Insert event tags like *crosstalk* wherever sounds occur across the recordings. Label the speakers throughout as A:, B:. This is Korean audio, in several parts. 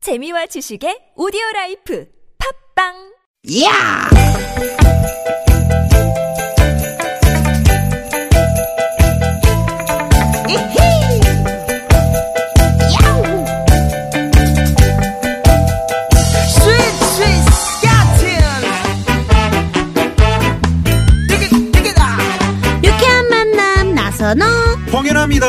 A: 재미와 지식의 오디오 라이프 팝빵!
B: 야! 이히! 야우! 스윗, 스윗, 스캇틴! 띠깃, 띠깃아!
C: 유쾌한 만남 나선호
D: 홍연합니다.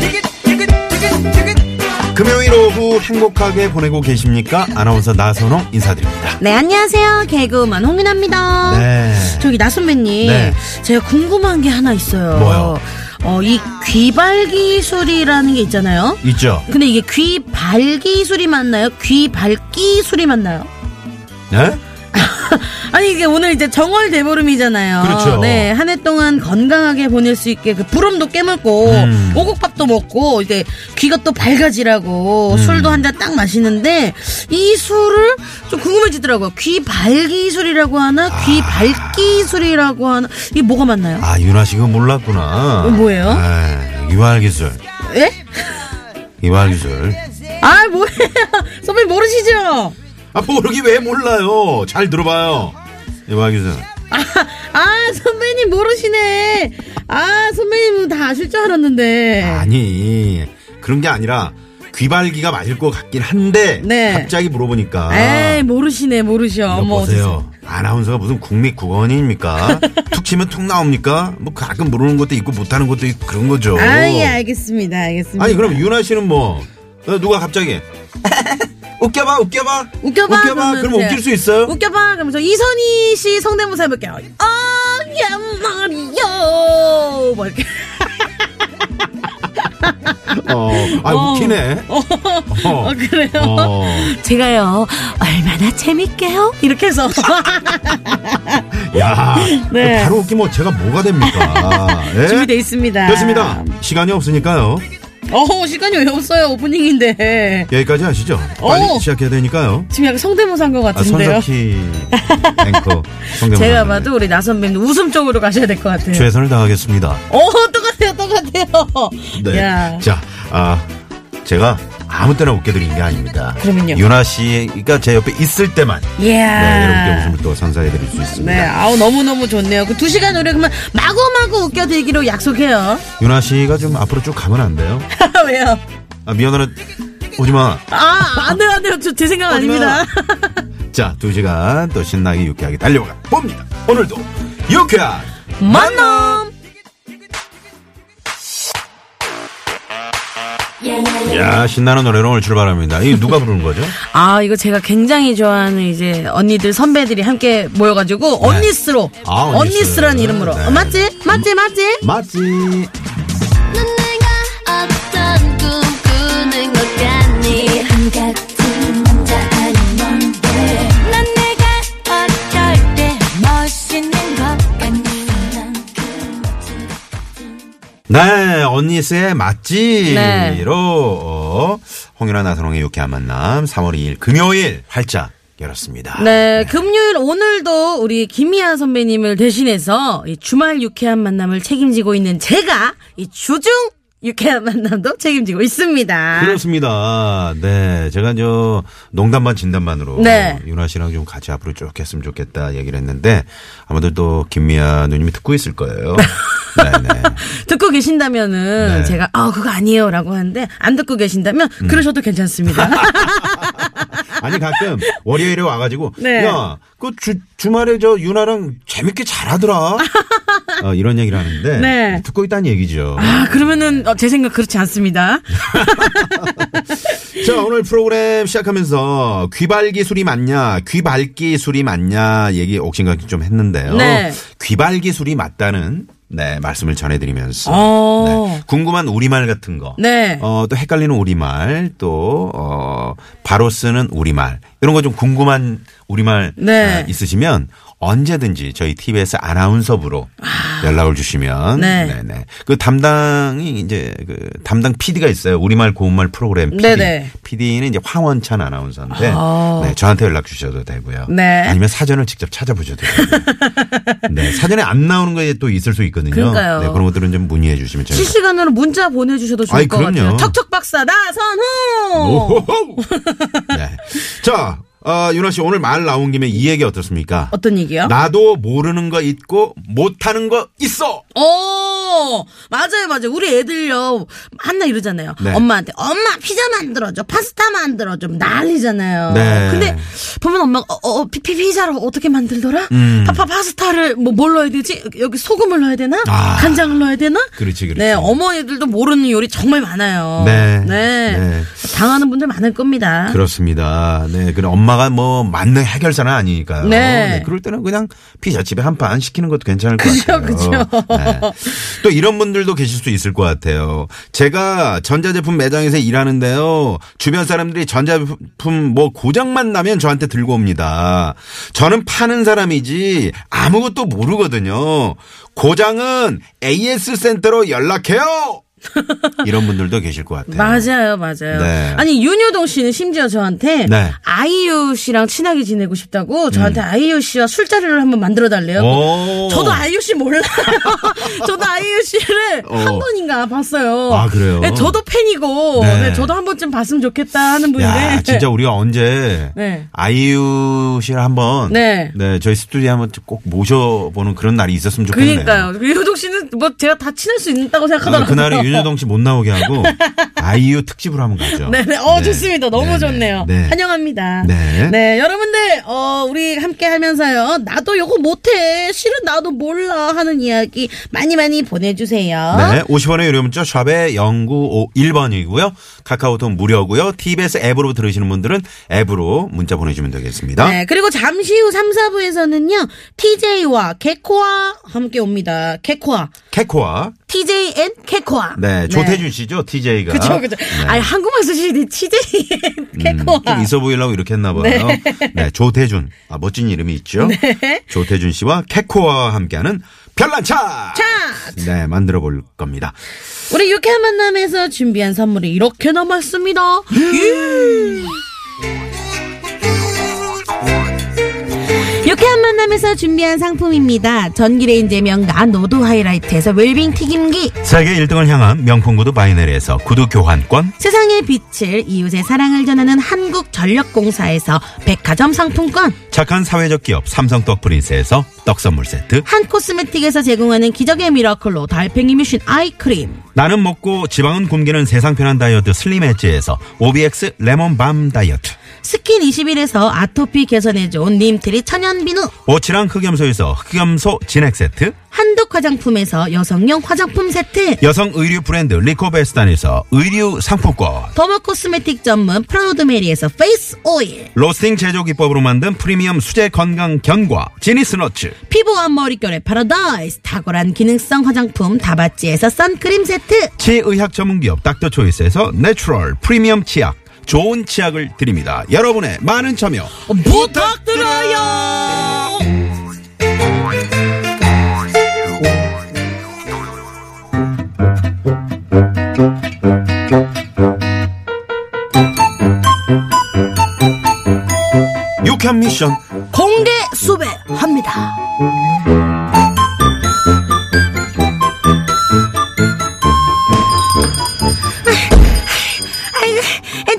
B: 띠깃, 띠깃, 띠깃, 띠깃!
D: 금요일 오후 행복하게 보내고 계십니까? 아나운서 나선홍 인사드립니다.
C: 네 안녕하세요 개그우먼 홍윤아입니다
D: 네.
C: 저기 나선배님
D: 네.
C: 제가 궁금한 게 하나 있어요
D: 뭐요?
C: 어, 이 귀발기술이라는 게 있잖아요
D: 있죠?
C: 근데 이게 귀발기술이 맞나요? 귀발기술이 맞나요?
D: 네?
C: 아니 이게 오늘 이제 정월 대보름이잖아요.
D: 그렇죠.
C: 네, 한 해 동안 건강하게 보낼 수 있게 그 부럼도 깨물고
D: 음.
C: 오곡밥도 먹고 이제 귀가 또
D: 음.
C: 밝아지라고 술도 한 잔 딱 마시는데 이 술을 좀 궁금해지더라고요. 귀 발기술이라고 하나, 귀 발기술이라고 하나 이게 뭐가 맞나요?
D: 아, 윤아 씨가 몰랐구나.
C: 이거 어, 뭐예요?
D: 아, 유활기술.
C: 예?
D: 유활기술.
C: 아 뭐예요? *laughs* 선배 모르시죠?
D: 아, 모르기 왜 몰라요? 잘 들어봐요. 유활기술.
C: 아, 아 선배님 모르시네. 아 선배님 다 아실 줄 알았는데.
D: 아니, 그런 게 아니라 귀발기가 맞을 것 같긴 한데
C: 네.
D: 갑자기 물어보니까
C: 에이 모르시네 모르셔.
D: 이거
C: 어머, 어떡해.
D: 보세요. 아나운서가 무슨
C: *laughs*
D: 국립 국어원입니까? 툭 치면 툭 나옵니까? 뭐 가끔 모르는 것도 있고 못하는 것도 있고 그런 거죠.
C: 아, 예, 알겠습니다, 알겠습니다.
D: 아니 그럼 윤아 씨는 뭐 어, 누가 갑자기 *laughs* 웃겨봐 웃겨봐
C: 웃겨봐,
D: 웃겨봐
C: 그러면
D: 그러면
C: 돼요.
D: 웃길 수 있어요?
C: 웃겨봐. 그럼 저 이선희 씨 성대모사 해볼게요. 아, 야, 말이요. 뭐 이렇게. *laughs*
D: 어, 아
C: 어.
D: 웃기네.
C: 어, 어, 그래요?
D: 어.
C: 제가요, 얼마나 재밌게요? 이렇게 해서. *laughs*
D: 야
C: 네.
D: 바로 웃기면 제가 뭐가 됩니까? 예?
C: 준비되어 있습니다.
D: 됐습니다. 시간이 없으니까요.
C: 어 시간이 왜 없어요, 오프닝인데.
D: 여기까지 하시죠. 빨리
C: 어.
D: 시작해야 되니까요.
C: 지금 약간 성대모사인 것
D: 아,
C: 같은데요. *laughs*
D: 손석희 앵커 성대모사.
C: 제가 봐도 우리 나선배는 웃음 쪽으로 가셔야 될 것 같아요.
D: 최선을 다하겠습니다.
C: 어, 똑같아요, 똑같아요.
D: 네.
C: 야.
D: 자, 아, 제가 아무 때나 웃게 드리는 게 아닙니다.
C: 그럼요.
D: 유나 씨가 제 옆에 있을 때만
C: 이야.
D: 네, 여러분께 웃음을 또 선사해 드릴 수 있습니다.
C: 네, 아우 너무너무 좋네요. 그 두 시간 우리 그러면 마구마구 웃겨드리기로 약속해요. *laughs*
D: 유나 씨가 좀 앞으로 쭉 가면 안 돼요?
C: 왜요?
D: 아, 미안하네. 오지 마.
C: 아, 안 돼요, 안 돼요. 저 제 생각
D: 오지 마.
C: 아닙니다.
D: 자, 두 시간 또 신나게 유쾌하게 달려가 봅니다. 오늘도 유쾌한
C: 만남!
D: 야 신나는 노래로 오늘 출발합니다. 이 누가 부르는 거죠?
C: 아, 이거 제가 굉장히 좋아하는 이제 언니들, 선배들이 함께 모여가지고 네. 언니스로.
D: 아, 언니스.
C: 언니스라는 이름으로.
D: 네.
C: 어, 맞지? 맞지? 맞지?
D: 맞지.
E: 넌 내가 어떤 꿈 꾸는 것 같니 한 같은 남자 아닌데 넌 내가 어쩔 때 멋있는 것 같니 난
D: 네, 언니스의 맛집으로
C: 네.
D: 어, 홍윤아 나선홍의 유쾌한 만남 3월 2일 금요일 활짝 열었습니다.
C: 네, 금요일 오늘도 우리 김미아 선배님을 대신해서 이 주말 유쾌한 만남을 책임지고 있는 제가 이 주중 유쾌한 만남도 책임지고 있습니다.
D: 그렇습니다. 네, 제가 저 농담만 진담만으로
C: 네.
D: 윤아 씨랑 좀 같이 앞으로 쭉 했으면 좋겠다 얘기를 했는데 아마도 또 김미아 누님이 듣고 있을
C: *laughs*
D: 거예요. 네, 네.
C: 듣고 계신다면은
D: 네. 음.
C: 제가 아 그거 아니에요라고 하는데 안 듣고 계신다면 그러셔도 괜찮습니다.
D: *laughs* 아니 가끔 월요일에 와가지고
C: 네.
D: 야그 주말에 저 윤아랑
C: *laughs*
D: 재밌게 잘하더라 어, 이런 얘기를 하는데
C: 네.
D: 듣고 있다는 얘기죠.
C: 아 그러면은 어, 제 생각 그렇지 않습니다.
D: 그렇죠. 자, 오늘 프로그램 시작하면서 귀발 기술이 맞냐, 귀발 기술이 맞냐 얘기 옥신각신 좀 했는데요.
C: 네.
D: 귀발 기술이 맞다는 네, 말씀을 전해드리면서
C: 어.
D: 네, 궁금한 우리말 같은 거,
C: 네.
D: 어, 또 헷갈리는 우리말, 또 어, 바로 어, 쓰는 우리말 이런 거 좀 궁금한 우리말
C: 네.
D: 어, 있으시면 언제든지 저희 TBS 아나운서부로 연락을 주시면
C: 네.
D: 네네. 그 담당이 이제 그 담당 PD가 있어요. 우리말 고운말 프로그램 PD.
C: 네네.
D: PD는 이제 황원찬 아나운서인데
C: 아.
D: 네, 저한테 연락 주셔도 되고요.
C: 네.
D: 아니면 사전을 직접 찾아보셔도
C: *laughs*
D: 되고요. 네, 사전에 안 나오는 거에 또 있을 수 있거든요.
C: 그러니까요.
D: 네, 그런 것들은 좀 문의해 주시면 저희가
C: 실시간으로 문자 보내주셔도 좋을
D: 네. 아이,
C: 것
D: 그럼요.
C: 같아요. 척척 박사 나선호.
D: 오호호. 네. 자, 어, 윤아 씨 오늘 말 나온 김에 이 얘기 어떻습니까?
C: 어떤 얘기요?
D: 나도 모르는 거 있고 못하는 거 있어.
C: 오 맞아요 맞아요 우리 애들요 한나 이러잖아요
D: 네.
C: 엄마한테 엄마 피자 만들어줘 파스타 만들어줘 난리잖아요
D: 네.
C: 근데 보면 엄마가 어, 어, 피, 피, 피자를 어떻게 만들더라
D: 음.
C: 파파 파스타를 뭐 뭘 넣어야 되지 여기 소금을 넣어야 되나
D: 아.
C: 간장을 넣어야 되나
D: 그렇지, 그렇지.
C: 네 어머니들도 모르는 요리 정말 많아요
D: 네.
C: 네.
D: 네.
C: 당하는 분들 많을 겁니다
D: 그렇습니다. 네, 그럼 엄마가 뭐 맞는 해결사는 아니니까요.
C: 네.
D: 그럴 때는 그냥 피자집에 한 판 시키는 것도 괜찮을 것 같아요.
C: 그죠.
D: 네. 또 이런 분들도 계실 수 있을 것 같아요. 제가 전자제품 매장에서 일하는데요. 주변 사람들이 전자제품 뭐 고장만 나면 저한테 들고 옵니다. 저는 파는 사람이지 아무것도 모르거든요. 고장은 AS 센터로
C: *laughs*
D: 연락해요. 이런 분들도 계실 것 같아요.
C: 맞아요, 맞아요.
D: 네.
C: 아니 윤효동 씨는 심지어 저한테
D: 네. 음.
C: 아이유 씨랑 친하게 지내고 싶다고 저한테 아이유 씨와 술자리를 한번 만들어 달래요.
D: 오.
C: 저도 아이유 씨 몰라요. *laughs* 저도 아이유 씨를
D: 어.
C: 한 번인가 봤어요.
D: 아, 그래요?
C: 네, 저도 팬이고,
D: 네.
C: 네, 저도 한 번쯤 봤으면 좋겠다 하는 분인데.
D: 야,
C: *laughs*
D: 진짜 우리가 언제
C: 네.
D: 아이유 씨를 한번
C: 네.
D: 네. 저희 스튜디오 한번 꼭 모셔보는 그런 날이 있었으면 좋겠네요.
C: 그러니까요. 효동 씨는 뭐 제가 다 친할 수 있다고
D: 아,
C: 생각하더라고요.
D: 그날에 윤여동 씨 못
C: *laughs*
D: 나오게 하고 아이유 특집으로 한번 가죠.
C: 네네. 어, 좋습니다. 너무
D: 네네.
C: 좋네요.
D: 네.
C: 환영합니다.
D: 네.
C: 여러분들, 어, 우리 함께 하면서요. 나도 요거 못해. 실은 나도 몰라. 하는 이야기 많이 많이 보내주세요.
D: 네, 50원의 유료 문자 샵에 0951번이고요. 카카오톡 무료고요. TBS 앱으로 들으시는 분들은 앱으로 문자 보내주면 되겠습니다.
C: 네, 그리고 잠시 후 3, 4부에서는요, TJ와 개코와 함께 옵니다. 개코와.
D: 캐코아.
C: TJ 앤 개코와.
D: 네, 조태준 씨죠, TJ가.
C: 그쵸, 그쵸. 아니, 한국말 쓰시니 TJ 앤 개코와.
D: 음, 좀 있어 보이려고 이렇게 했나 봐요. 네. 조태준. 아, 멋진 이름이 있죠. 조태준 씨와 캐코와 함께하는 별난 차!
C: 차트!
D: 네, 만들어 볼 겁니다.
C: 우리 유쾌한 만남에서 준비한 선물이 이렇게 남았습니다. 예. 유쾌한 만남에서 준비한 상품입니다. 전기레인지 명가 노드 하이라이트에서 웰빙 튀김기,
D: 세계 1등을 향한 명품 구두 바이네리에서 구두 교환권,
C: 세상의 빛을 이웃의 사랑을 전하는 한국전력공사에서 백화점 상품권,
D: 착한 사회적 기업 삼성 떡 프린스에서 떡 선물 세트,
C: 한 코스메틱에서 제공하는 기적의 미라클로 달팽이 뮤신 아이크림,
D: 나는 먹고 지방은 굶기는 세상 편한 다이어트 슬림 엣지에서 OBX 레몬밤 다이어트,
C: 스킨 21에서 아토피 개선에 좋은 님트리 천연비누,
D: 오치랑 흑염소에서 흑염소 진액 세트,
C: 한독 화장품에서 여성용 화장품 세트
D: 여성 의류 브랜드 리코베스탄에서 의류 상품권,
C: 더머 코스메틱 전문 프라우드메리에서 페이스 오일
D: 로스팅 제조 기법으로 만든 프리미엄 수제 건강 견과 지니스너츠
C: 피부와 머릿결의 파라다이스 탁월한 기능성 화장품 다바찌에서 선크림 세트
D: 치의학 전문기업 닥터초이스에서 내추럴 프리미엄 치약 좋은 치약을 드립니다 여러분의 많은 참여
C: 부탁드려요
D: 유캔 미션
C: 공개 수배합니다 아, 아,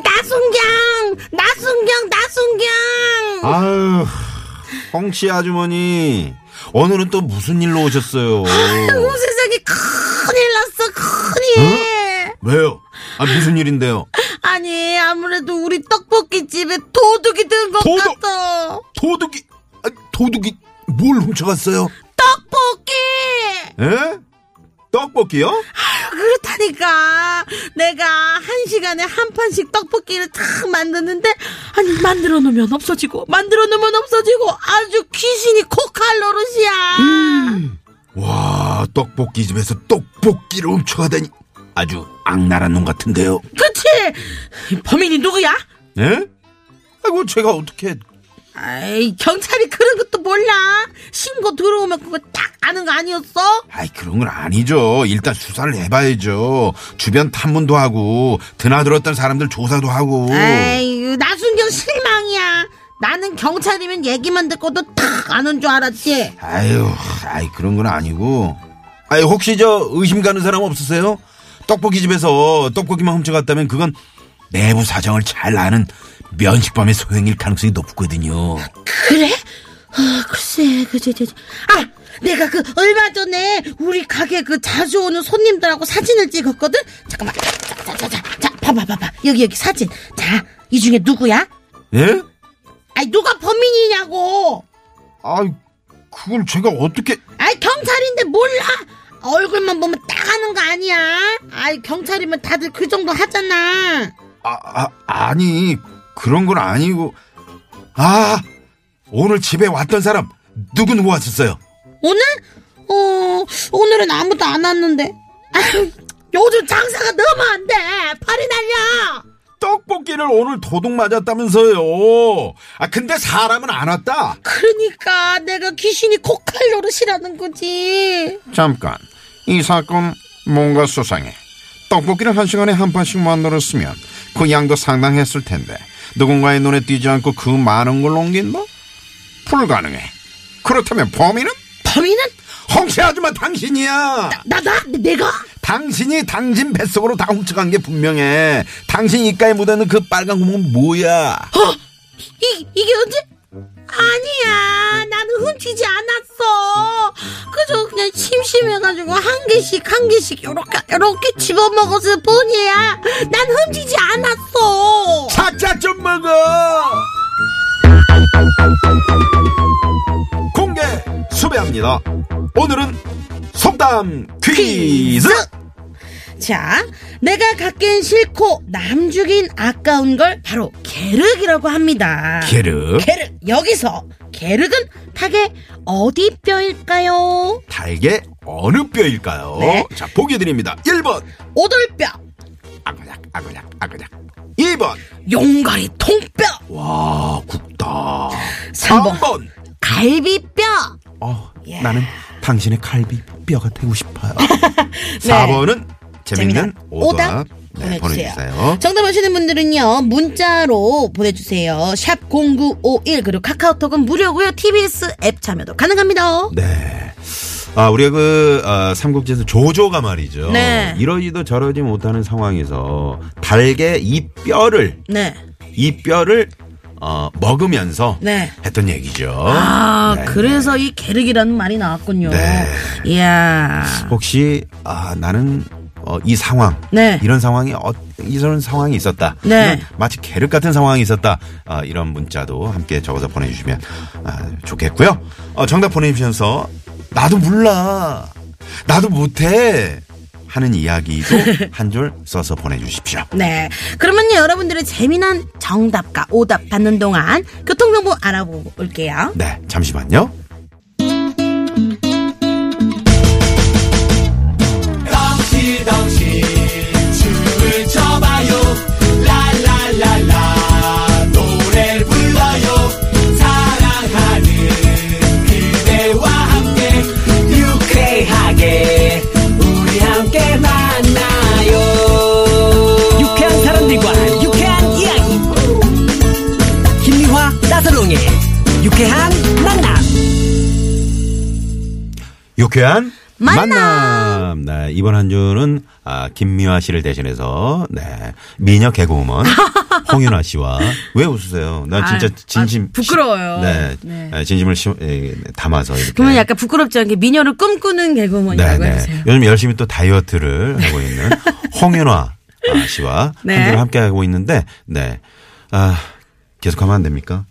C: 나순경 나순경 나순경
D: 아유 홍씨 아주머니 오늘은 또 무슨 일로 오셨어요
C: 아이고 세상에 큰일 났어 큰일
D: 왜요 아 무슨 일인데요
C: 아니 아무래도 우리 떡볶이집에 도둑이 든 것
D: 도둑!
C: 같아
D: 도둑이 아, 도둑이 뭘 훔쳐갔어요
C: 떡볶이
D: 에? 떡볶이요?
C: 그렇다니까 내가 한 시간에 한 판씩 떡볶이를 다 만드는데 아니 만들어 놓으면 없어지고 만들어 놓으면 없어지고 아주 귀신이 코칼 노릇이야
D: 음. 와 떡볶이 집에서 떡볶이를 훔쳐가다니 아주 악랄한 놈 같은데요.
C: 그치 범인이 누구야
D: 예? 아이고 제가 어떻게
C: 아이 경찰이 그런 것도 몰라 신고 들어오면 그거 딱 아는 거 아니었어?
D: 아이 그런 건 아니죠. 일단 수사를 해봐야죠. 주변 탐문도 하고 드나들었던 사람들 조사도 하고.
C: 아이 나순경 실망이야 나는 경찰이면 얘기만 듣고도 딱 아는 줄 알았지
D: 아유, 아이 그런 건 아니고. 아이 혹시 저 의심 가는 사람 없으세요? 떡볶이 집에서 떡볶이만 훔쳐갔다면 그건 내부 사정을 잘 아는 면식범의 소행일 가능성이 높거든요.
C: 그래? 아 글쎄 그저 저, 저. 아 내가 그 얼마 전에 우리 가게 그 자주 오는 손님들하고 사진을 찍었거든 잠깐만 자자자자 봐봐 봐봐 여기 여기 사진 자 이 중에 누구야?
D: 예?
C: 아이 누가 범인이냐고
D: 아이 그걸 제가 어떻게?
C: 아이 경찰인데 몰라 얼굴만 보면 딱 아는 거 아니야 아이 경찰이면 다들 그 정도 하잖아
D: 아, 아 아니 그런 건 아니고. 아 오늘 집에 왔던 사람 누구 누구 왔었어요?
C: 오늘? 어 오늘은 아무도 안 왔는데 아휴, *laughs* 요즘 장사가 너무 안돼 팔이 날려
D: 떡볶이를 오늘 도둑 맞았다면서요. 아 근데 사람은 안 왔다.
C: 그러니까 내가 귀신이 코칼 노릇이라는 거지
F: 잠깐 이 사건 뭔가 수상해 떡볶이를 한 시간에 한 판씩 만들었으면 그 양도 상당했을 텐데 누군가의 눈에 띄지 않고 그 많은 걸 옮긴다? 불가능해 그렇다면 범인은?
C: 범인은?
D: 홍채 아줌마 당신이야.
C: 나다? 내가?
D: 당신이 당신 뱃속으로 다 훔쳐간 게 분명해. 당신 입가에 묻어있는 그 빨간 구멍은 뭐야?
C: 이, 이게 언제? 아니야. 나는 훔치지 않았어. 그저 그냥 심심해가지고 한 개씩 한 개씩 요렇게 요렇게 집어먹었을 뿐이야. 난 훔치지 않았어.
D: 사자 좀 먹어. 공개 수배합니다. 오늘은 속담 퀴즈.
C: 자, 내가 갖기엔 싫고 남주긴 아까운 걸 바로 계륵이라고 합니다.
D: 게르
C: 계륵 여기서 계륵은 닭의 어디 뼈일까요?
D: 닭의 어느 뼈일까요?
C: 네.
D: 자 보기 드립니다. 1번
C: 오돌뼈,
D: 아그작 아그작 아그작 2번
C: 용가리 통뼈,
D: 와 굽다
C: 3번
D: 3번
C: 갈비뼈.
D: 어,
C: 예.
D: 나는 당신의 칼비 뼈가 되고 싶어요.
C: 네.
D: 4번은 네. 재밌는 오답, 네, 보내주세요.
C: 정답 아시는 분들은요 문자로 보내주세요. 샵 #0951 그리고 카카오톡은 무료고요. TBS 앱 참여도 가능합니다.
D: 네. 아, 우리가 그, 아, 삼국지에서 조조가 말이죠.
C: 네.
D: 이러지도 저러지 못하는 상황에서 닭의 이 뼈를,
C: 네.
D: 이 뼈를, 어, 먹으면서
C: 네.
D: 했던 얘기죠.
C: 아
D: 네.
C: 그래서 이 계륵이라는 말이 나왔군요.
D: 네.
C: 이야.
D: 혹시, 아, 나는, 어, 이 상황.
C: 네.
D: 이런 상황이, 어, 이런 상황이 있었다.
C: 네.
D: 이런 마치 계륵 같은 상황이 있었다. 아, 이런 문자도 함께 적어서 보내주시면 아, 좋겠고요. 어, 정답 보내주셔서 나도 몰라. 나도 못해.
C: *laughs*
D: 하는 이야기도 한 줄 써서 보내주십시오.
C: 네. 그러면요, 여러분들의 재미난 정답과 오답 받는 동안 교통정보 알아보고 올게요.
D: 네, 잠시만요.
G: 유쾌하게 우리 함께 만나요 유쾌한 사람들과 유쾌한 이야기 김미화 나서롱의 유쾌한 만남
D: 유쾌한
C: 만남.
D: 네, 이번 한 주는 아, 김미화 씨를 대신해서 네, 미녀
C: *laughs*
D: 개그우먼 홍윤아 씨와 왜 웃으세요? 난 진짜
C: 아유,
D: 진심
C: 아, 부끄러워요.
D: 네,
C: 네.
D: 네, 진심을 심- 에, 담아서 이렇게.
C: 그러면 약간 부끄럽지 않게 미녀를 꿈꾸는
D: 네,
C: 개그우먼이라고
D: 네.
C: 해주세요.
D: 요즘 열심히 또 다이어트를 하고 있는 홍윤아 아, 씨와
C: 네.
D: 한주를 함께 하고 있는데 네. 아, 계속하면 안 됩니까?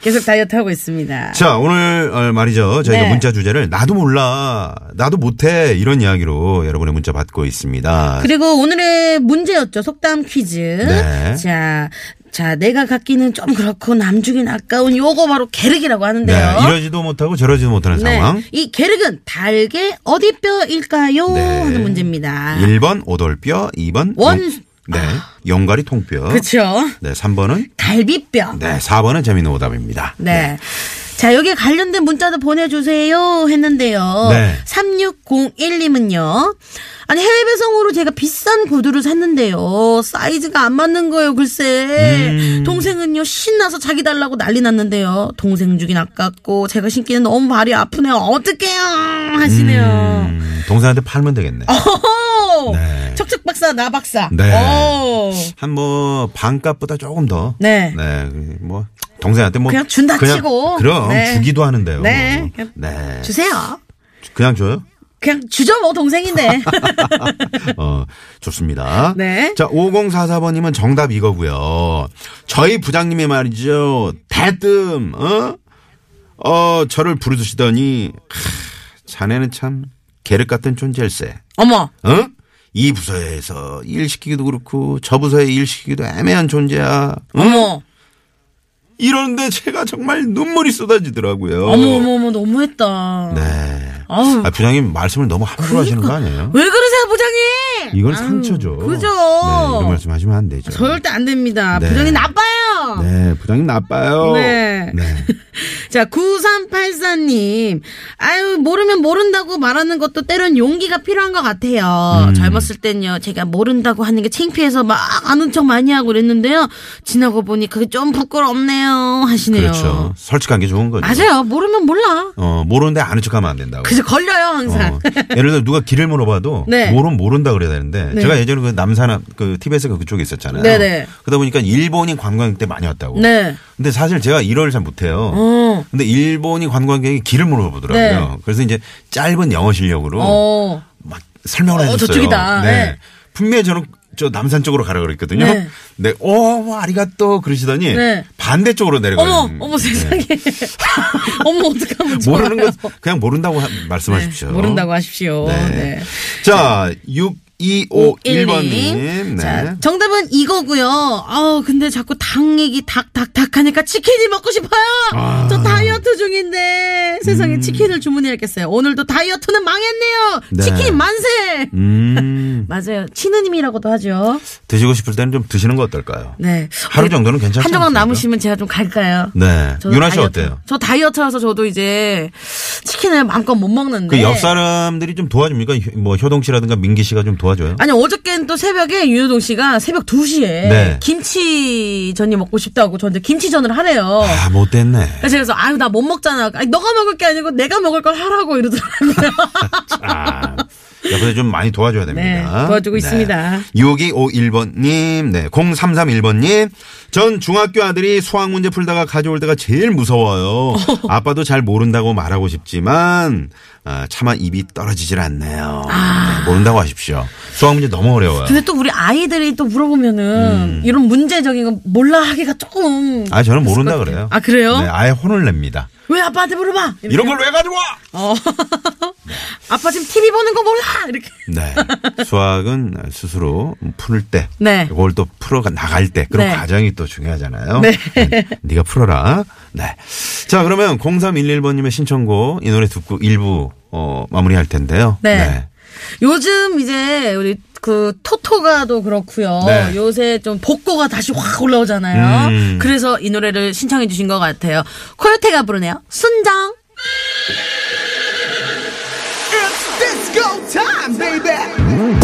C: 계속 다이어트 하고 있습니다.
D: 자, 오늘 어, 말이죠. 저희가
C: 네.
D: 문자 주제를 나도 몰라, 나도 못해 이런 이야기로 여러분의 문자 받고 있습니다.
C: 그리고 오늘의 문제였죠. 속담 퀴즈.
D: 네.
C: 자, 자, 내가 갖기는 좀 그렇고 남주긴 아까운 요거 바로 계륵이라고
D: 네,
C: 하는데요. 네.
D: 이러지도 못하고 저러지도 못하는 상황.
C: 이 계륵은 닭의 어디 뼈일까요?
D: 네.
C: 하는 문제입니다.
D: 1번 오돌뼈, 2번
C: 아. 원-
D: 네. 연갈이 통뼈.
C: 그쵸.
D: 네, 3번은
C: 갈비뼈.
D: 네, 4번은 재미있는 오답입니다.
C: 네. 자, 여기 관련된 문자도 보내주세요 했는데요.
D: 네.
C: 3601님은요. 아니, 해외 배송으로 제가 비싼 구두를 샀는데요. 사이즈가 안 맞는 거예요, 글쎄.
D: 음.
C: 동생은요, 신나서 자기 달라고 난리 났는데요. 동생 주긴 아깝고, 제가 신기는 너무 발이 아프네요. 어떡해요! 하시네요.
D: 음, 동생한테 팔면 되겠네.
C: 어, 어허!
D: 네.
C: 척척 박사, 나 박사. 어.
D: 네.
C: 오.
D: 한 뭐 반값보다 조금 더.
C: 네.
D: 뭐 동생한테 뭐
C: 그냥 준다
D: 그냥-
C: 치고.
D: 그럼
C: 네.
D: 주기도 하는데요.
C: 네. 그냥
D: 네.
C: 주세요.
D: 그냥 줘요?
C: 그냥 주죠, 뭐,
D: *laughs*
C: 동생인데.
D: 어, 좋습니다.
C: 네.
D: 자, 5044번님은 정답 이거고요 저희 부장님이 말이죠. 대뜸, 어? 어, 저를 부르시더니, 하, 자네는 참, 계륵 같은 존재일세.
C: 어머.
D: 어? 이 부서에서 일 시키기도 그렇고, 저 부서에 일 시키기도 애매한 존재야. 어?
C: 어머.
D: 이러는데 제가 정말 눈물이 쏟아지더라고요.
C: 어머 어머 어머 너무했다.
D: 네.
C: 아우.
D: 아, 부장님 말씀을 너무 함부로 하시는 거 아니에요?
C: 왜 그러세요 부장님?
D: 이건 상처죠.
C: 그러니까. 아, 그죠.
D: 네, 이런 말씀 하시면 안 되죠.
C: 절대 안 됩니다.
D: 네.
C: 부장님 나빠요.
D: 네, 부장님 나빠요.
C: 어. 네. *laughs* 자, 9384님. 아유, 모르면 모른다고 말하는 것도 때론 용기가 필요한 것 같아요.
D: 음.
C: 젊었을 땐요, 제가 모른다고 하는 게 창피해서 막 아는 척 많이 하고 그랬는데요. 지나고 보니 그게 좀 부끄럽네요. 하시네요.
D: 그렇죠. 솔직한 게 좋은 거죠.
C: 맞아요. 모르면 몰라.
D: 어, 모르는데 아는 척 하면 안 된다고.
C: 그래서 걸려요, 항상.
D: 어, 예를 들어 누가 길을 물어봐도
C: 네.
D: 모르면 모른다 그래야 되는데
C: 네.
D: 제가 예전에 그 남산함 그 TBS 가 그쪽에 있었잖아요.
C: 네네.
D: 그러다 보니까 일본인 관광객 때 많이
C: *laughs*
D: 왔다고.
C: 네.
D: 근데 사실 제가 일어를 잘 못해요.
C: 어.
D: 근데 일본인 관광객이 길을 물어보더라고요.
C: 네.
D: 그래서 이제 짧은 영어 실력으로
C: 어.
D: 막 설명을
C: 어,
D: 해줬어요.
C: 저쪽이다.
D: 네.
C: 네.
D: 분명히 저는 저 남산 쪽으로 가라 그랬거든요.
C: 네.
D: 네. 오, 뭐, 아리가또 그러시더니
C: 네.
D: 반대쪽으로 내려가는.
C: 어머, 어머
D: *laughs*
C: 세상에. 어머 어떡하면 좋아요.
D: 네. 모르는 거 그냥 모른다고 하- 말씀하십시오.
C: 네, *laughs* 모른다고 하십시오.
D: 네.
C: 네.
D: 자, 6251번님. 네.
C: 512. 자, 정답은 이거고요. 아우 근데 자꾸 닭 얘기 닭닭닭 하니까 치킨이 먹고 싶어요.
D: 아.
C: 저 다이어트 중인데 세상에 치킨을 주문해야겠어요. 오늘도 다이어트는 망했네요.
D: 음. 네.
C: 치킨 만세.
D: 음,
C: 맞아요. 치느님이라고도 하죠.
D: 드시고 싶을 때는 좀 드시는 거 어떨까요?
C: 네.
D: 하루 정도는 괜찮지
C: 한 조각
D: 않습니까?
C: 남으시면 제가 좀 갈까요?
D: 네.
C: 저도
D: 윤아 씨
C: 다이어트-
D: 어때요?
C: 저 다이어트라서 저도 이제 치킨을 마음껏 못 먹는데.
D: 그 옆 사람들이 좀 도와줍니까? 효- 뭐 효동 씨라든가 민기 씨가 좀 도와줘요?
C: 아니 어저께는 또 새벽에 윤효동 씨가 새벽 2시에
D: 네.
C: 김치전이 먹고 싶다고 저한테 김치전을 하래요.
D: 아, 못 됐네.
C: 그래서 그래서 아유 나 못 먹잖아. 아니, 너가 먹을 게 아니고 내가 먹을 걸 하라고
D: *laughs*
C: 이러더라고요.
D: 아, 옆에서 좀 많이 도와줘야 됩니다.
C: 네, 도와주고 있습니다.
D: 6251번님, 네, 0331번님. 전 중학교 아들이 수학 문제 풀다가 가져올 때가
C: *laughs*
D: 제일 무서워요. 아빠도 잘 모른다고 말하고 싶지만, 아, 차마 입이 떨어지질 않네요. 네, 모른다고 하십시오. 수학 문제 너무 어려워요.
C: 아. 근데 또 우리 아이들이 또 물어보면은 이런 문제적인 거 몰라 하기가 조금
D: 음. 아, 저는 모른다 그래요.
C: 아, 그래요?
D: 네, 아예 혼을 냅니다.
C: 왜 아빠한테 물어봐? 이렇게.
D: 이런 걸 왜 가져와!
C: 어. *laughs* 아빠 지금 TV 보는 거 몰라 이렇게.
D: 네. 수학은 스스로 풀 때,
C: 네.
D: 그걸 또 풀어 나갈 때 그런
C: 네.
D: 과정이 또 중요하잖아요.
C: 네.
D: 네, 가 풀어라. 네. 자, 그러면 0311번님의 신청곡 이 노래 듣고 일부 어, 마무리할 텐데요.
C: 네. 요즘 이제 우리 그 토토가도 그렇고요.
D: 네.
C: 요새 좀 복고가 다시 확 올라오잖아요.
D: 음.
C: 그래서 이 노래를 신청해 주신 것 같아요. 코요태가 부르네요. 순정.
B: It's disco time, baby.